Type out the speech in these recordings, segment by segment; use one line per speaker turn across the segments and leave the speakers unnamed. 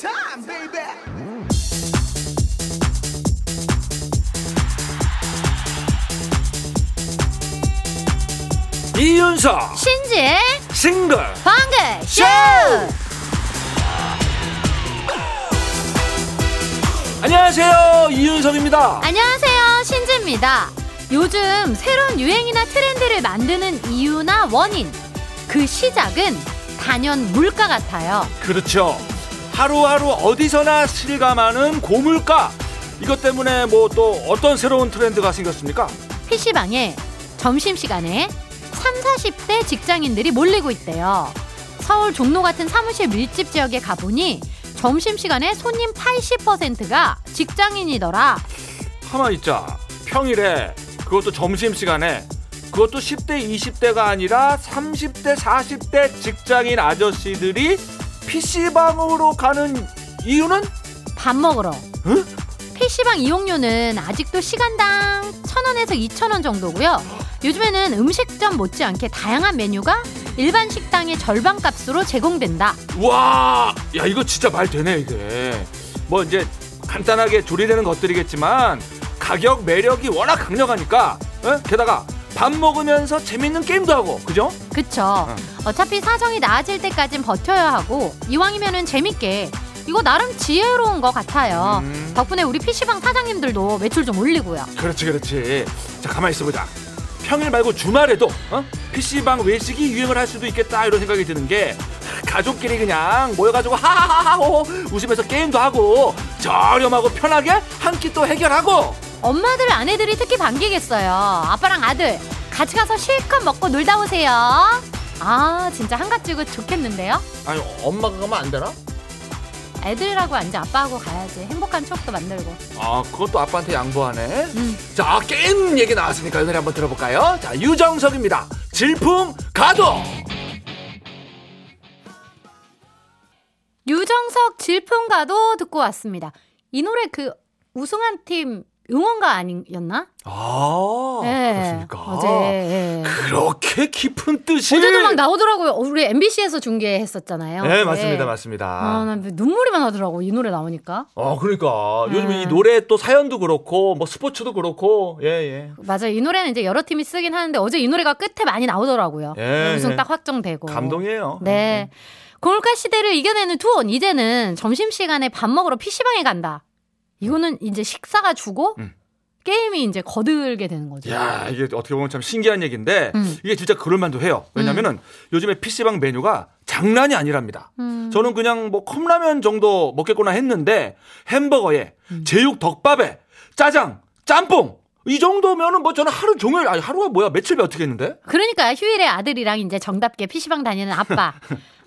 time, baby.
이윤석
신지의
싱글
방글 쇼!
안녕하세요 이윤석입니다
아. 안녕하세요, 신지입니다. 요즘 새로운 유행이나 트렌드를 만드는 이유나 원인, 그 시작은 단연 물가 같아요.
그렇죠 하루하루 어디서나 실감하는 고물가 이것 때문에 뭐 또 어떤 새로운 트렌드가 생겼습니까
PC방에 점심시간에 3, 40대 직장인들이 몰리고 있대요. 서울 종로 같은 사무실 밀집 지역에 가보니 점심시간에 손님 80%가 직장인이더라.
가만 있자 평일에 그것도 점심시간에 그것도 10대 20대가 아니라 30대 40대 직장인 아저씨들이 PC방으로 가는 이유는
밥 먹으러.
응?
PC방 이용료는 아직도 시간당 1,000원에서 2,000원 정도고요. 요즘에는 음식점 못지않게 다양한 메뉴가 일반 식당의 절반 값으로 제공된다.
와, 야 이거 진짜 말 되네 이게. 뭐 이제 간단하게 조리되는 것들이겠지만 가격 매력이 워낙 강력하니까. 어? 게다가 밥 먹으면서 재밌는 게임도 하고, 그죠?
그쵸? 어차피 사정이 나아질 때까진 버텨야 하고 이왕이면은 재밌게 이거 나름 지혜로운 것 같아요.
음.
덕분에 우리 PC방 사장님들도 매출 좀 올리고요.
그렇지, 그렇지. 자 가만 있어보자. 평일 말고 주말에도 어? PC방 외식이 유행을 할 수도 있겠다 이런 생각이 드는 게 가족끼리 그냥 모여가지고 하하하하호 웃으면서 게임도 하고 저렴하고 편하게 한 끼 또 해결하고
엄마들 아내들이 특히 반기겠어요. 아빠랑 아들 같이 가서 실컷 먹고 놀다 오세요. 아 진짜 한가지고 좋겠는데요.
아니 엄마가 가면 안 되나?
애들하고 앉아 아빠하고 가야지 행복한 추억도 만들고.
아 그것도 아빠한테 양보하네
음.
자 게임 얘기 나왔으니까 이 노래 한번 들어볼까요 자 유정석입니다 질풍 가도
유정석 질풍가도 듣고 왔습니다. 이 노래 그 우승한 팀 응원가 아니었나?
아
예,
그렇습니까
어제 예.
그렇게 깊은 뜻이
어제도 막 나오더라고요. 어, 우리 MBC에서 중계했었잖아요.
네
어제.
맞습니다
아,
맞습니다
나 눈물이 나더라고 이 노래 나오니까.
아 그러니까 요즘
네.
이 노래 또 사연도 그렇고 뭐 스포츠도 그렇고 예예
맞아요. 이 노래는 이제 여러 팀이 쓰긴 하는데 어제 이 노래가 끝에 많이 나오더라고요.
예,
우승
예.
딱 확정되고.
감동이에요
네. 고물가 시대를 이겨내는 투혼 이제는 점심시간에 밥 먹으러 PC방에 간다. 이거는 이제 식사가 주고
음.
게임이 이제 거들게 되는 거죠.
야 이게 어떻게 보면 참 신기한 얘기인데
음.
이게 진짜 그럴만도 해요 왜냐면은 요즘에 PC방 메뉴가 장난이 아니랍니다
음.
저는 그냥 뭐 컵라면 정도 먹겠구나 했는데 햄버거에
음.
제육 덮밥에 짜장 짬뽕 이 정도면은 뭐 저는 하루 종일 아니 하루가 뭐야 며칠 배 어떻게 했는데
그러니까 휴일에 아들이랑 이제 정답게 PC방 다니는 아빠.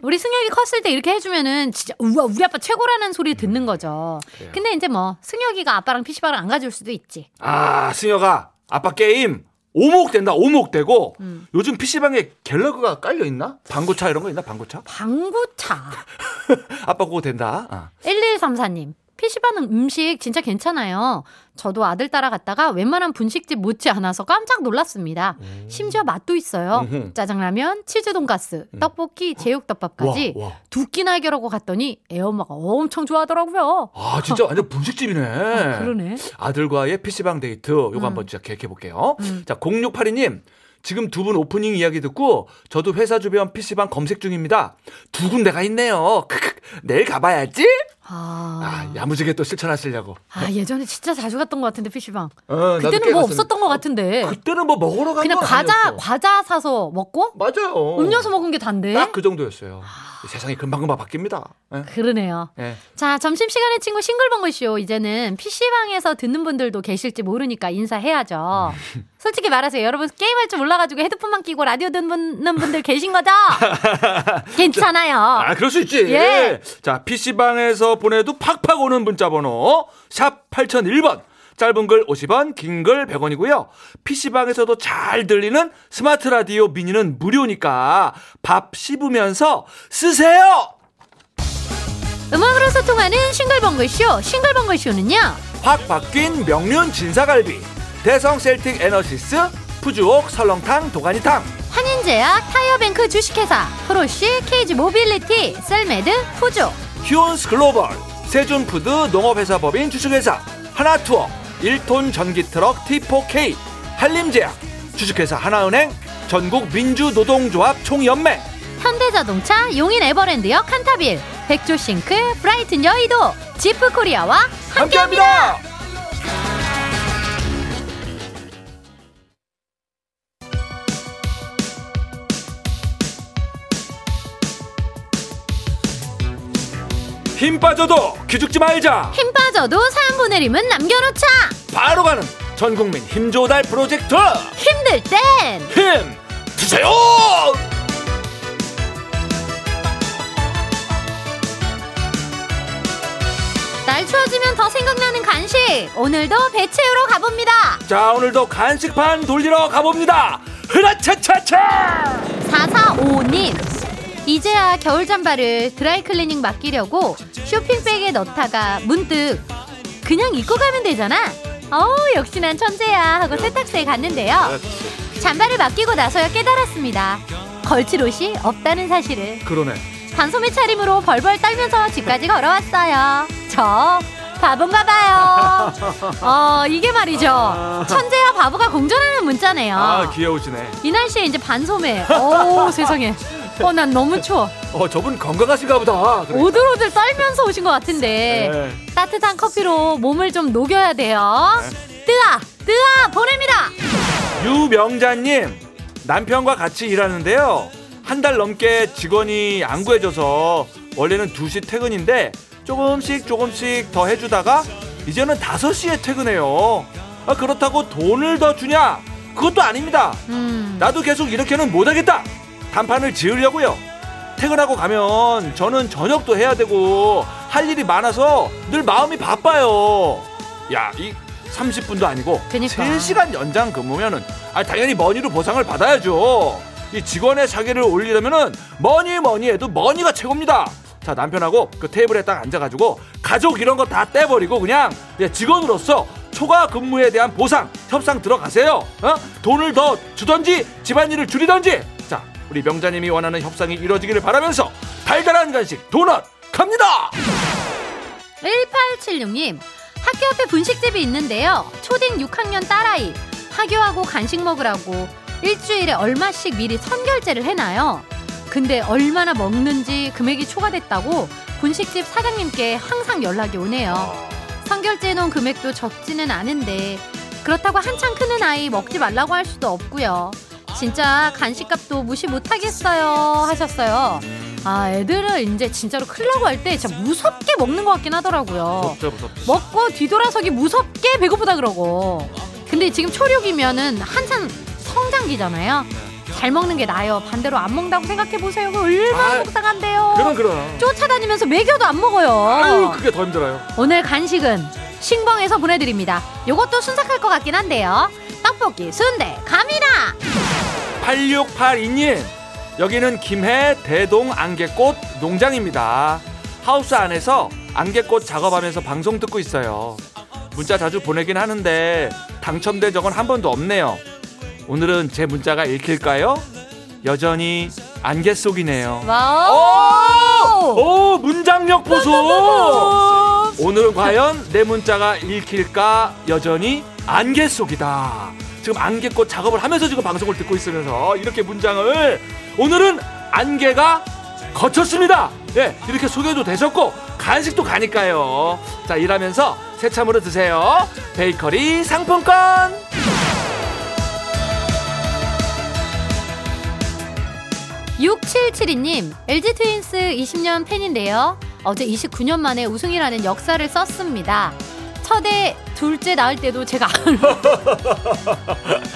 우리 승혁이 컸을 때 이렇게 해주면은 진짜 우와 우리 아빠 최고라는 소리를
음.
듣는 거죠. 근데 이제 뭐 승혁이가 아빠랑 PC방을 안 가줄 수도 있지.
아 승혁아 아빠 게임 오목 된다 오목 되고
음.
요즘 PC방에 갤러그가 깔려 있나 방구차 이런 거 있나 방구차
방구차.
아빠 그거 된다 아.
1134님. PC방 음식 진짜 괜찮아요. 저도 아들 따라갔다가 웬만한 분식집 못지 않아서 깜짝 놀랐습니다. 심지어 맛도 있어요.
음. 음흠. 음.
짜장라면, 치즈 돈가스, 떡볶이, 제육덮밥까지
와, 와.
두 끼나 해결하고 갔더니 애엄마가 엄청 좋아하더라고요.
아 진짜 완전 분식집이네
아, 그러네.
아들과의 PC방 데이트 요거
음.
한번 진짜 계획해 볼게요. 자, 0682님. 지금 두 분 오프닝 이야기 듣고 저도 회사 주변 PC방 검색 중입니다. 두 군데가 있네요. 크크. 내일 가봐야지. 아,
아,
야무지게 또 실천하시려고.
아, 예전에 진짜 자주 갔던 것 같은데 PC방.
어, 나도
그때는
꽤
뭐
갔었는데.
없었던 것 같은데.
어, 그때는 뭐 먹으러 간
그냥
건
과자
아니었어.
과자 사서 먹고
맞아요.
음료수 네? 먹은 게 단데.
딱 그 정도였어요. 세상이 금방금방 바뀝니다. 예.
그러네요.
예.
자, 점심시간에 친구 싱글벙글쇼. 이제는 PC방에서 듣는 분들도 계실지 모르니까 인사해야죠. 솔직히 말하세요. 여러분, 게임할 줄 몰라가지고 헤드폰만 끼고 라디오 듣는 분들 계신 거죠? 괜찮아요.
아, 그럴 수 있지.
예.
자, PC방에서 보내도 팍팍 오는 문자 번호 샵 8001번. 짧은 글 50원, 긴 글 100원이고요. PC방에서도 잘 들리는 스마트 라디오 미니는 무료니까 밥 씹으면서 쓰세요.
음악으로 소통하는 싱글벙글쇼. 싱글벙글쇼는요.
확 바뀐 명륜 진사갈비, 대성 셀틱 에너시스, 푸주옥 설렁탕 도가니탕.
한인제약, 타이어뱅크 주식회사, 프로시, 케이지 모빌리티, 셀메드, 푸조,
휴온스 글로벌, 세준푸드 농업회사법인 주식회사, 하나투어, 1톤 전기트럭 T4K, 한림제약, 주식회사 하나은행, 전국 민주노동조합 총연맹,
현대자동차 용인 에버랜드역 칸타빌 백조 싱크 브라이튼 여의도 지프코리아와 함께합니다.
함께합니다. 힘 빠져도 기죽지 말자.
힘 빠져도 사연 보내림은 남겨놓자.
바로 가는 전국민 힘조달 프로젝트
힘들 땐
힘 드세요.
날 추워지면 더 생각나는 간식 오늘도 배 채우러 가봅니다
자 오늘도 간식판 돌리러 가봅니다. 흐라차차차.
4455님 이제야 겨울 잠바를 드라이클리닝 맡기려고 쇼핑백에 넣다가 문득 그냥 입고 가면 되잖아 어우 역시 난 천재야 하고 세탁소에 갔는데요 잠바를 맡기고 나서야 깨달았습니다 걸칠 옷이 없다는 사실을
그러네.
반소매 차림으로 벌벌 떨면서 집까지 걸어왔어요. 저 바본가 봐요. 어 이게 말이죠. 천재와 바보가 공존하는 문자네요.
아 귀여우시네.
이 날씨에 이제 반소매. 오 세상에. 어 난 너무 추워.
어 저분 건강하신가 보다. 그래.
오들오들 떨면서 오신 것 같은데
그러니까. 네.
따뜻한 커피로 몸을 좀 녹여야 돼요.
네.
뜨아 뜨아 보냅니다.
유명자님 남편과 같이 일하는데요 한 달 넘게 직원이 안 구해줘서 원래는 2시 퇴근인데 조금씩 조금씩 더 해주다가 이제는 5시에 퇴근해요 아, 그렇다고 돈을 더 주냐 그것도 아닙니다
음
나도 계속 이렇게는 못하겠다 단판을 지으려고요 퇴근하고 가면 저는 저녁도 해야 되고 할 일이 많아서 늘 마음이 바빠요 야 이 30분도 아니고
그니까.
3시간 연장 근무면은 아 당연히 머니로 보상을 받아야죠 이 직원의 자기를 올리려면은 머니 머니 해도 머니가 최고입니다 자 남편하고 그 테이블에 딱 앉아가지고 가족 이런 거 다 떼버리고 그냥 예, 직원으로서 초과 근무에 대한 보상 협상 들어가세요 어? 돈을 더 주던지 집안일을 줄이던지 자 우리 명자님이 원하는 협상이 이루어지기를 바라면서 달달한 간식 도넛 갑니다
1876님 학교 앞에 분식집이 있는데요 초딩 6학년 딸아이 학교하고 간식 먹으라고 일주일에 얼마씩 미리 선결제를 해놔요 근데 얼마나 먹는지 금액이 초과됐다고 분식집 사장님께 항상 연락이 오네요
아.
선결제 해놓은 금액도 적지는 않은데 그렇다고 한창 크는 아이 먹지 말라고 할 수도 없고요 진짜 간식값도 무시 못하겠어요 하셨어요
음.
아 애들은 이제 진짜로 클라고 할 때 진짜 무섭게 먹는 것 같긴 하더라고요
무섭죠 무섭죠
먹고 뒤돌아서기 무섭게 배고프다 그러고 근데 지금 초력이면은 한참 성장기잖아요
네.
잘 먹는 게 나아요 반대로 안 먹는다고 생각해보세요 그 얼마나
아,
속상한데요
그럼 그럼
쫓아다니면서 먹여도 안 먹어요
아유 그게 더 힘들어요
오늘 간식은 신봉에서 보내드립니다. 요것도 순삭할 것 같긴 한데요. 떡볶이, 순대, 갑니다.
8682님 여기는 김해 대동 안개꽃 농장입니다 하우스 안에서 안개꽃 작업하면서 방송 듣고 있어요 문자 자주 보내긴 하는데 당첨된 적은 한 번도 없네요 오늘은 제 문자가 읽힐까요? 여전히 안개 속이네요
와우.
오 문장력 보소 오늘은 과연 내 문자가 읽힐까 여전히 안개 속이다 지금 안개꽃 작업을 하면서 지금 방송을 듣고 있으면서 이렇게 문장을 오늘은 안개가 거쳤습니다 예 이렇게 소개도 되셨고 간식도 가니까요 자 일하면서 새참으로 드세요 베이커리 상품권
육 6772님, LG 트윈스 20년 팬인데요. 어제 29년 만에 우승이라는 역사를 썼습니다. 첫애, 둘째 낳을 때도 제가 안 울-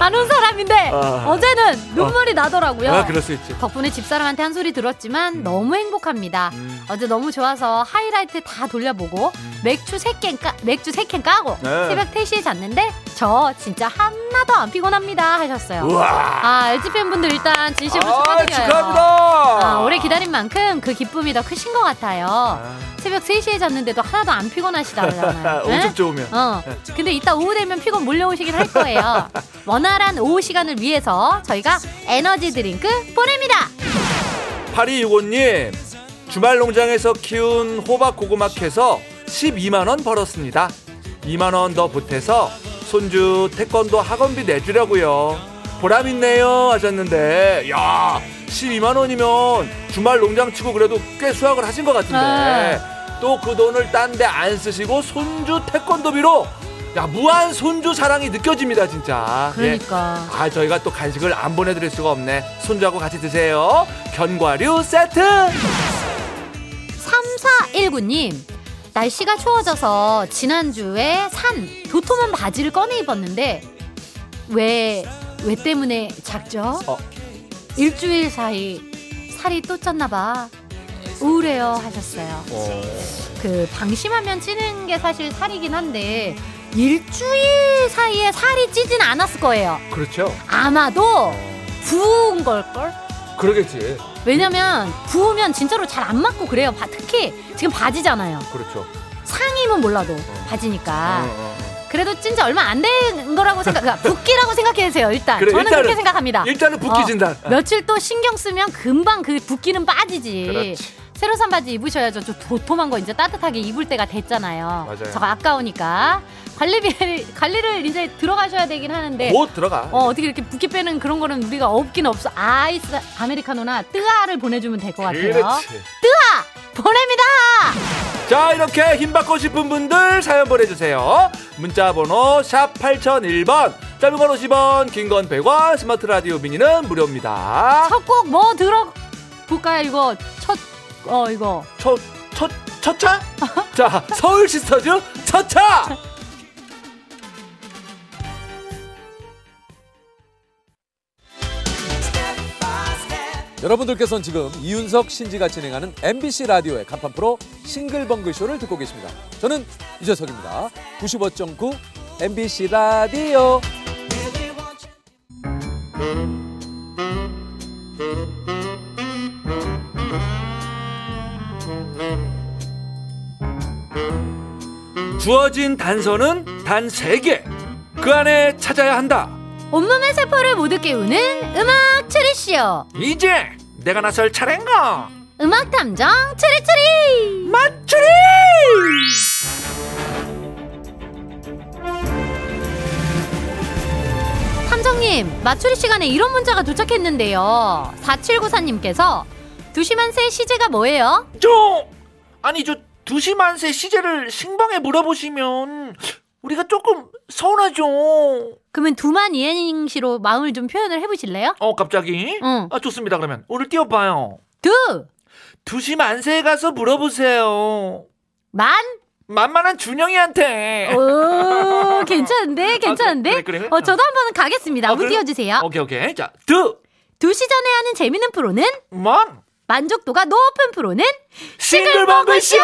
안운 사람인데
아.
어제는 눈물이 나더라고요.
아 그럴 수 있지
덕분에 집사람한테 한 소리 들었지만 너무 행복합니다.
음.
어제 너무 좋아서 하이라이트 다 돌려보고 맥주 세캔 까, 맥주 세캔 까고
네.
새벽 3시에 잤는데 저 진짜 하나도 안 피곤합니다 하셨어요.
우와
아, LG 팬분들 일단 진심으로
아,
축하드려요.
축하합니다
아, 오래 기다린 만큼 그 기쁨이 더 크신 것 같아요.
아,
새벽 3시에 잤는데도 하나도 안 피곤하시다잖아요.
오죽 좋으면
어. 근데 이따 오후 되면 피곤 몰려오시긴 할 거예요. 원활한 오후 시간을 위해서 저희가 에너지 드링크 보냅니다.
8265님 주말 농장에서 키운 호박 고구마캐서 12만 원 벌었습니다. 2만 원 더 보태서 손주 태권도 학원비 내주려고요. 보람 있네요 하셨는데 야 12만 원이면 주말 농장 치고 그래도 꽤 수확을 하신 것 같은데
네.
또 그 돈을 딴 데 안 쓰시고 손주 태권도비로 야 무한 손주 사랑이 느껴집니다 진짜. 예.
그러니까.
아 저희가 또 간식을 안 보내드릴 수가 없네 손주하고 같이 드세요 견과류 세트
3419님. 날씨가 추워져서 지난주에 산 도톰한 바지를 꺼내 입었는데 왜, 왜 때문에 작죠?
어.
일주일 사이 살이 또 쪘나봐. 우울해요 하셨어요. 그 방심하면 찌는 게 사실 살이긴 한데 일주일 사이에 살이 찌진 않았을 거예요.
그렇죠
아마도 부은 걸걸?
그러겠지
왜냐면 부으면 진짜로 잘 안 맞고 그래요. 바- 특히 지금 바지잖아요.
그렇죠
상임은 몰라도
어.
바지니까. 그래도 찐지 얼마 안 된 거라고 생각, 그러니까 붓기라고 생각해주세요, 일단.
그래,
저는
일단은-
그렇게 생각합니다.
일단은 붓기
어,
진단
며칠 또 신경 쓰면 금방 그 붓기는 빠지지.
그렇지.
새로 산 바지 입으셔야죠. 좀 도톰한 거 이제 따뜻하게 입을 때가 됐잖아요.
맞아요.
저가 아까우니까. 관리비를, 관리를 이제 들어가셔야 되긴 하는데.
곧뭐 들어가
어, 어떻게 이렇게 붓기 빼는 그런 거는 우리가 없긴 없어. 아이스 아메리카노나 뜨아를 보내주면 될 것 같아요.
그렇지
뜨아! 보냅니다!
자 이렇게 힘 받고 싶은 분들 사연 보내주세요 문자번호 샵 8001번 짧은 건 50원 긴 건 100원 스마트 라디오 미니는 무료입니다
첫 곡 뭐 들어볼까요, 이거? 첫, 어, 이거.
첫, 첫, 첫 차? 자, 서울 시스터즈 첫 차!
여러분들께서는 지금 이윤석, 신지가 진행하는 MBC 라디오의 간판 프로 싱글벙글쇼를 듣고 계십니다. 저는 유재석입니다. 95.9 MBC 라디오.
주어진 단서는 단 세개그 안에 찾아야 한다.
온몸의 세포를 모두 깨우는 음악 추리쇼.
이제 내가 나설 차례인가?
음악 탐정 추리추리!
맞추리!
탐정님, 맞추리 시간에 이런 문자가 도착했는데요. 4794님께서 두시만 새 시제가 뭐예요?
저, 아니, 저, 두시만세 시제를 신방에 물어보시면 우리가 조금 서운하죠.
그러면 두만 이행시로 마음을 좀 표현을 해보실래요?
어, 갑자기?
응.
아, 좋습니다, 그러면. 오늘 띄워봐요.
두!
두시만세에 가서 물어보세요.
만!
만만한 준영이한테.
어, 오, 괜찮은데? 괜찮은데?
아, 네. 그래, 그래, 어. 그래.
어, 저도 한번 가겠습니다.
아,
한번
그래?
띄워주세요.
오케이, 오케이. 자, 두,
두시 전에 하는 재밌는 프로는?
만,
만족도가 높은 프로는?
싱글벙글쇼!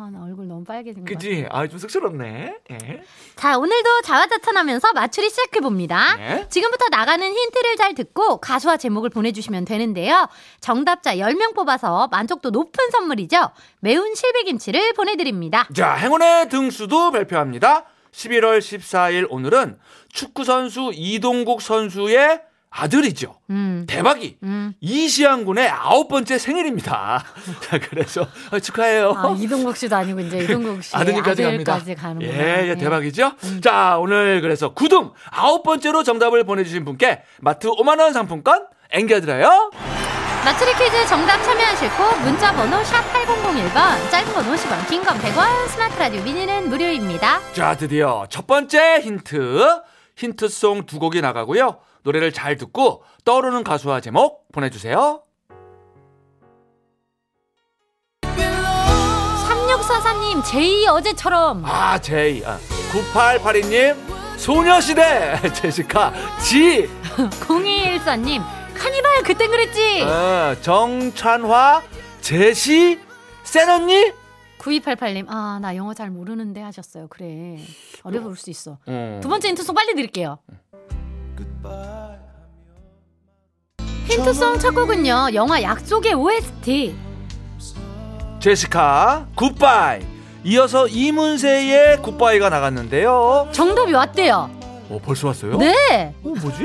아, 나 얼굴 너무 빨개진 거
그지? 아, 좀 쑥스럽네. 예.
자, 오늘도 자화자찬하면서 맞추리 시작해봅니다.
네.
지금부터 나가는 힌트를 잘 듣고 가수와 제목을 보내주시면 되는데요. 정답자 10명 뽑아서 만족도 높은 선물이죠. 매운 실비김치를 보내드립니다.
자, 행운의 등수도 발표합니다. 11월 14일 오늘은 축구선수 이동국 선수의 아들이죠.
음,
대박이!
음.
이시안 군의 아홉 번째 생일입니다. 자, 그래서 어, 축하해요.
아, 이동국 씨도 아니고 이제 이동국 씨의
아드님까지 갑니다.
아들까지 네. 가는 거예요. 음.
예, 예, 대박이죠? 자, 오늘 그래서 구둥 아홉 번째로 정답을 보내주신 분께 마트 5만원 상품권 앵겨드려요.
맞추리 퀴즈 정답 참여하시고 문자 번호 샵 8001번 짧은 건 50원 긴 건 100원 스마트 라디오 미니는 무료입니다.
자, 드디어 첫 번째 힌트. 힌트송 두 곡이 나가고요. 노래를 잘 듣고 떠오르는 가수와 제목 보내주세요.
3644님 제이 어제처럼
아, 제이. 아, 9882님, 소녀시대. 제시카, 지.
0214님 카니발 그땐 그랬지
아, 정찬화, 제시, 센 언니.
9288님 아 나 영어 잘 모르는데 하셨어요 그래 어려울 수 있어
음.
두 번째 힌트송 빨리 드릴게요 힌트송 첫 곡은요 영화 약속의 OST
제시카, 굿바이. 이어서 이문세의 굿바이가 나갔는데요.
정답이 왔대요
어, 벌써 왔어요?
네.
어, 뭐지?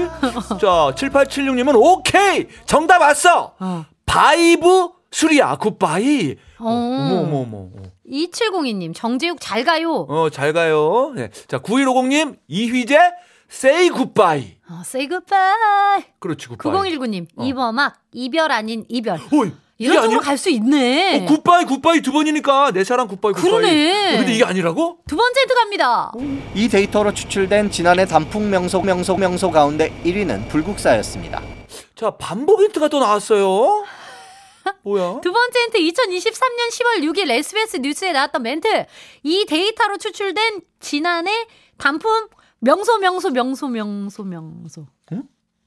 자, 7876님은 오케이! 정답 왔어!
어.
바이브 수리야, 굿바이!
어.
어머, 어머, 어머.
2702님 정재욱 잘 가요.
어, 잘 가요. 네. 자, 9150님, 이휘재, 세이 굿바이.
어, say goodbye.
그렇지, 굿바이.
9019님
어.
이범학 이별 아닌 이별.
어이, 이게
이런
아니야?
식으로 갈 수 있네.
어, 굿바이, 굿바이 두 번이니까 내 사랑 굿바이, 굿바이.
그러네.
어, 근데 이게 아니라고?
두 번째도 갑니다.
이 데이터로 추출된 지난해 단풍 명소 명소 명소 가운데 1위는 불국사였습니다.
자, 반복 힌트가 또 나왔어요. 뭐야?
두 번째 힌트 2023년 10월 6일 SBS 뉴스에 나왔던 멘트. 이 데이터로 추출된 지난해 단품 명소 명소 명소 명소 명소.
응?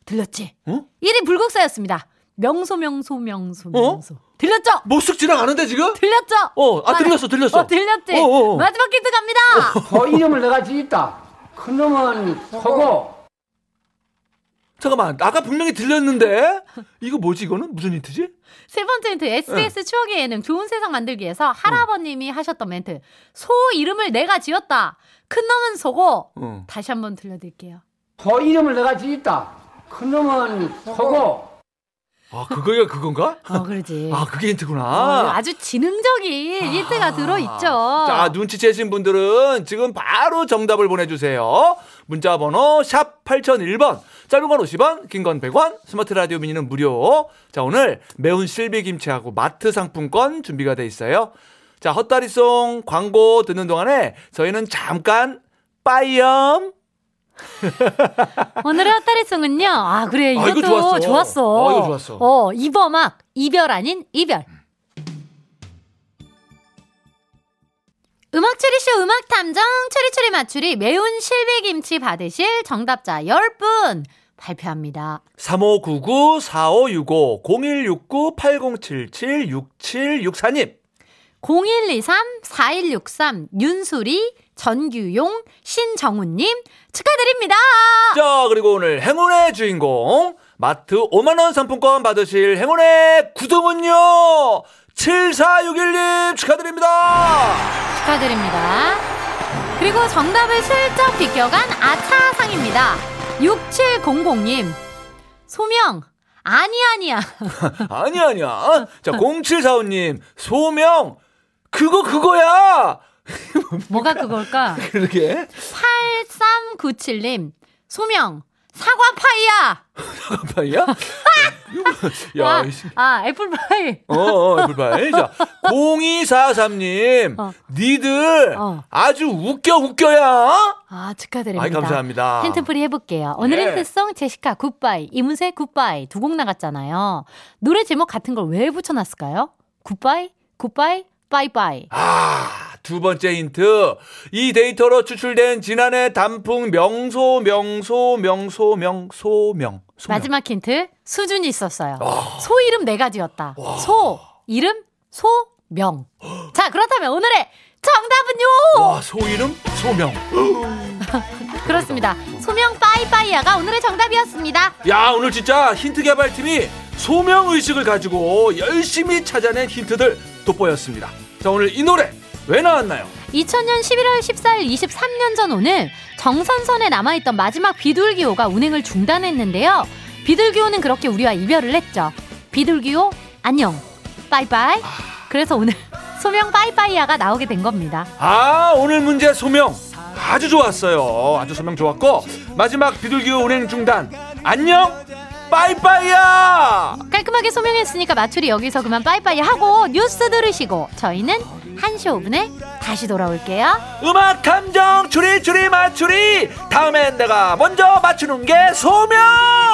들렸지?
응?
1위 불국사였습니다. 명소 명소 명소
어?
명소. 들렸죠?
뭐쓱 지나가는데 지금?
들렸죠?
어, 아,
맞아.
들렸어, 들렸어.
어, 들렸지?
어, 어, 어.
마지막 힌트 갑니다.
어, 이놈을 내가 짓다. 큰 놈은 서고,
잠깐만, 아까 분명히 들렸는데? 이거 뭐지, 이거는? 무슨 힌트지?
세 번째 멘트 SBS 추억의 예능 좋은 세상 만들기에서 할아버님이 하셨던 멘트 소 이름을 내가 지었다 큰 놈은 소고
어.
다시 한번 들려드릴게요
어, 이놈을 내가 짓다. 큰 놈은 서고.
아, 그거가 그건가?
어 그러지
아, 그게 힌트구나.
어, 아주 지능적인 힌트가 들어있죠
자, 눈치채신 분들은 지금 바로 정답을 보내주세요. 문자 번호 샵 8001번. 짧은 건 50원, 긴 건 100원, 스마트 라디오 미니는 무료. 자, 오늘 매운 실비 김치하고 마트 상품권 준비가 돼 있어요. 자, 헛다리송 광고 듣는 동안에 저희는 잠깐 빠이염.
오늘의 헛다리송은요 아 그래
이거 좋았어.
이것도 좋았어
아, 이거 좋았어.
어 이범학 이별 아닌 이별 음악 추리쇼 음악 탐정 추리추리 맞추리 매운 실비김치 받으실 정답자 10분 발표합니다.
3599-4565-0169-8077-6764님.
0123-4163 윤수리 전규용 신정훈님 축하드립니다.
자, 그리고 오늘 행운의 주인공, 마트 5만원 상품권 받으실 행운의 구성은요, 74611님 축하드립니다!
축하드립니다. 그리고 정답을 슬쩍 비껴간 아차상입니다. 6700님 소명 아니 아니야
아니, 아니야. 자, 0745님, 소명, 그거, 그거야!
뭐가 그걸까?
그러게.
8397님 소명 사과파이야.
아빠야? 야,
아,
이 씨.
아 애플파이.
어, 어, 불발. 자, 0243님,
어.
니들
어. 아주
아주 웃겨, 웃겨야!
아 축하드립니다.
아이, 감사합니다.
힌트풀이 해볼게요. 오늘
예.
힌트송 제시카 굿바이 이문세 굿바이 두 곡 나갔잖아요. 노래 제목 같은 걸 왜 붙여놨을까요? 굿바이 굿바이 바이바이.
아, 두 번째 힌트. 이 데이터로 추출된 지난해 단풍 명소, 명소, 명소, 명소, 명. 소명.
마지막 힌트 수준이 있었어요. 소 이름 네 가지였다. 소 이름 소명. 자 그렇다면 오늘의 정답은요.
와, 소 이름? 소명.
그렇습니다. 소명 빠이빠이야가 오늘의 정답이었습니다.
야, 오늘 진짜 힌트 개발팀이 소명 의식을 가지고 열심히 찾아낸 힌트들 돋보였습니다. 자, 오늘 이 노래 왜 나왔나요?
2000년 11월 14일 23년 전 오늘 정선선에 남아있던 마지막 비둘기호가 운행을 중단했는데요. 비둘기호는 그렇게 우리와 이별을 했죠. 비둘기호 안녕 빠이빠이. 그래서 오늘 소명 빠이빠이야가 나오게 된 겁니다.
아, 오늘 문제 소명. 아주 좋았어요. 아주 소명 좋았고. 마지막 비둘기호 운행 중단. 안녕! 빠이빠이야!
깔끔하게 소명했으니까 마추리 여기서 그만 빠이빠이 하고 뉴스 들으시고 저희는 1시 5분에 다시 돌아올게요.
음악 감정 추리 추리 맞추리 다음엔 내가 먼저 맞추는 게 소명